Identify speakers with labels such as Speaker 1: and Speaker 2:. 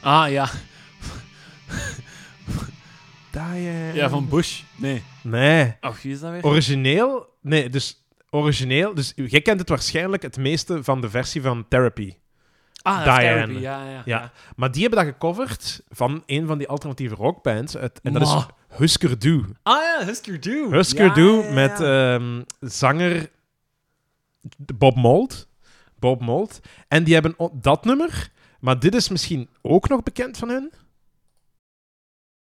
Speaker 1: Ah ja.
Speaker 2: Die,
Speaker 1: Ja, van Bush. Nee.
Speaker 2: Nee.
Speaker 1: Ach, wie is dat weer?
Speaker 2: Origineel... Nee, dus origineel... Dus jij kent het waarschijnlijk het meeste van de versie van Therapy.
Speaker 1: ah, dat is
Speaker 2: Diane.
Speaker 1: Therapy, Ja, ja.
Speaker 2: Ja. Maar die hebben dat gecoverd van een van die alternatieve rockbands. Het- en dat
Speaker 1: Ma.
Speaker 2: is Husker Du.
Speaker 1: Ah ja, Husker Du.
Speaker 2: Husker
Speaker 1: Ja,
Speaker 2: Du
Speaker 1: ja, ja.
Speaker 2: met ehm, zanger Bob Mold. Bob Mold. En die hebben o- dat nummer. Maar dit is misschien ook nog bekend van hun.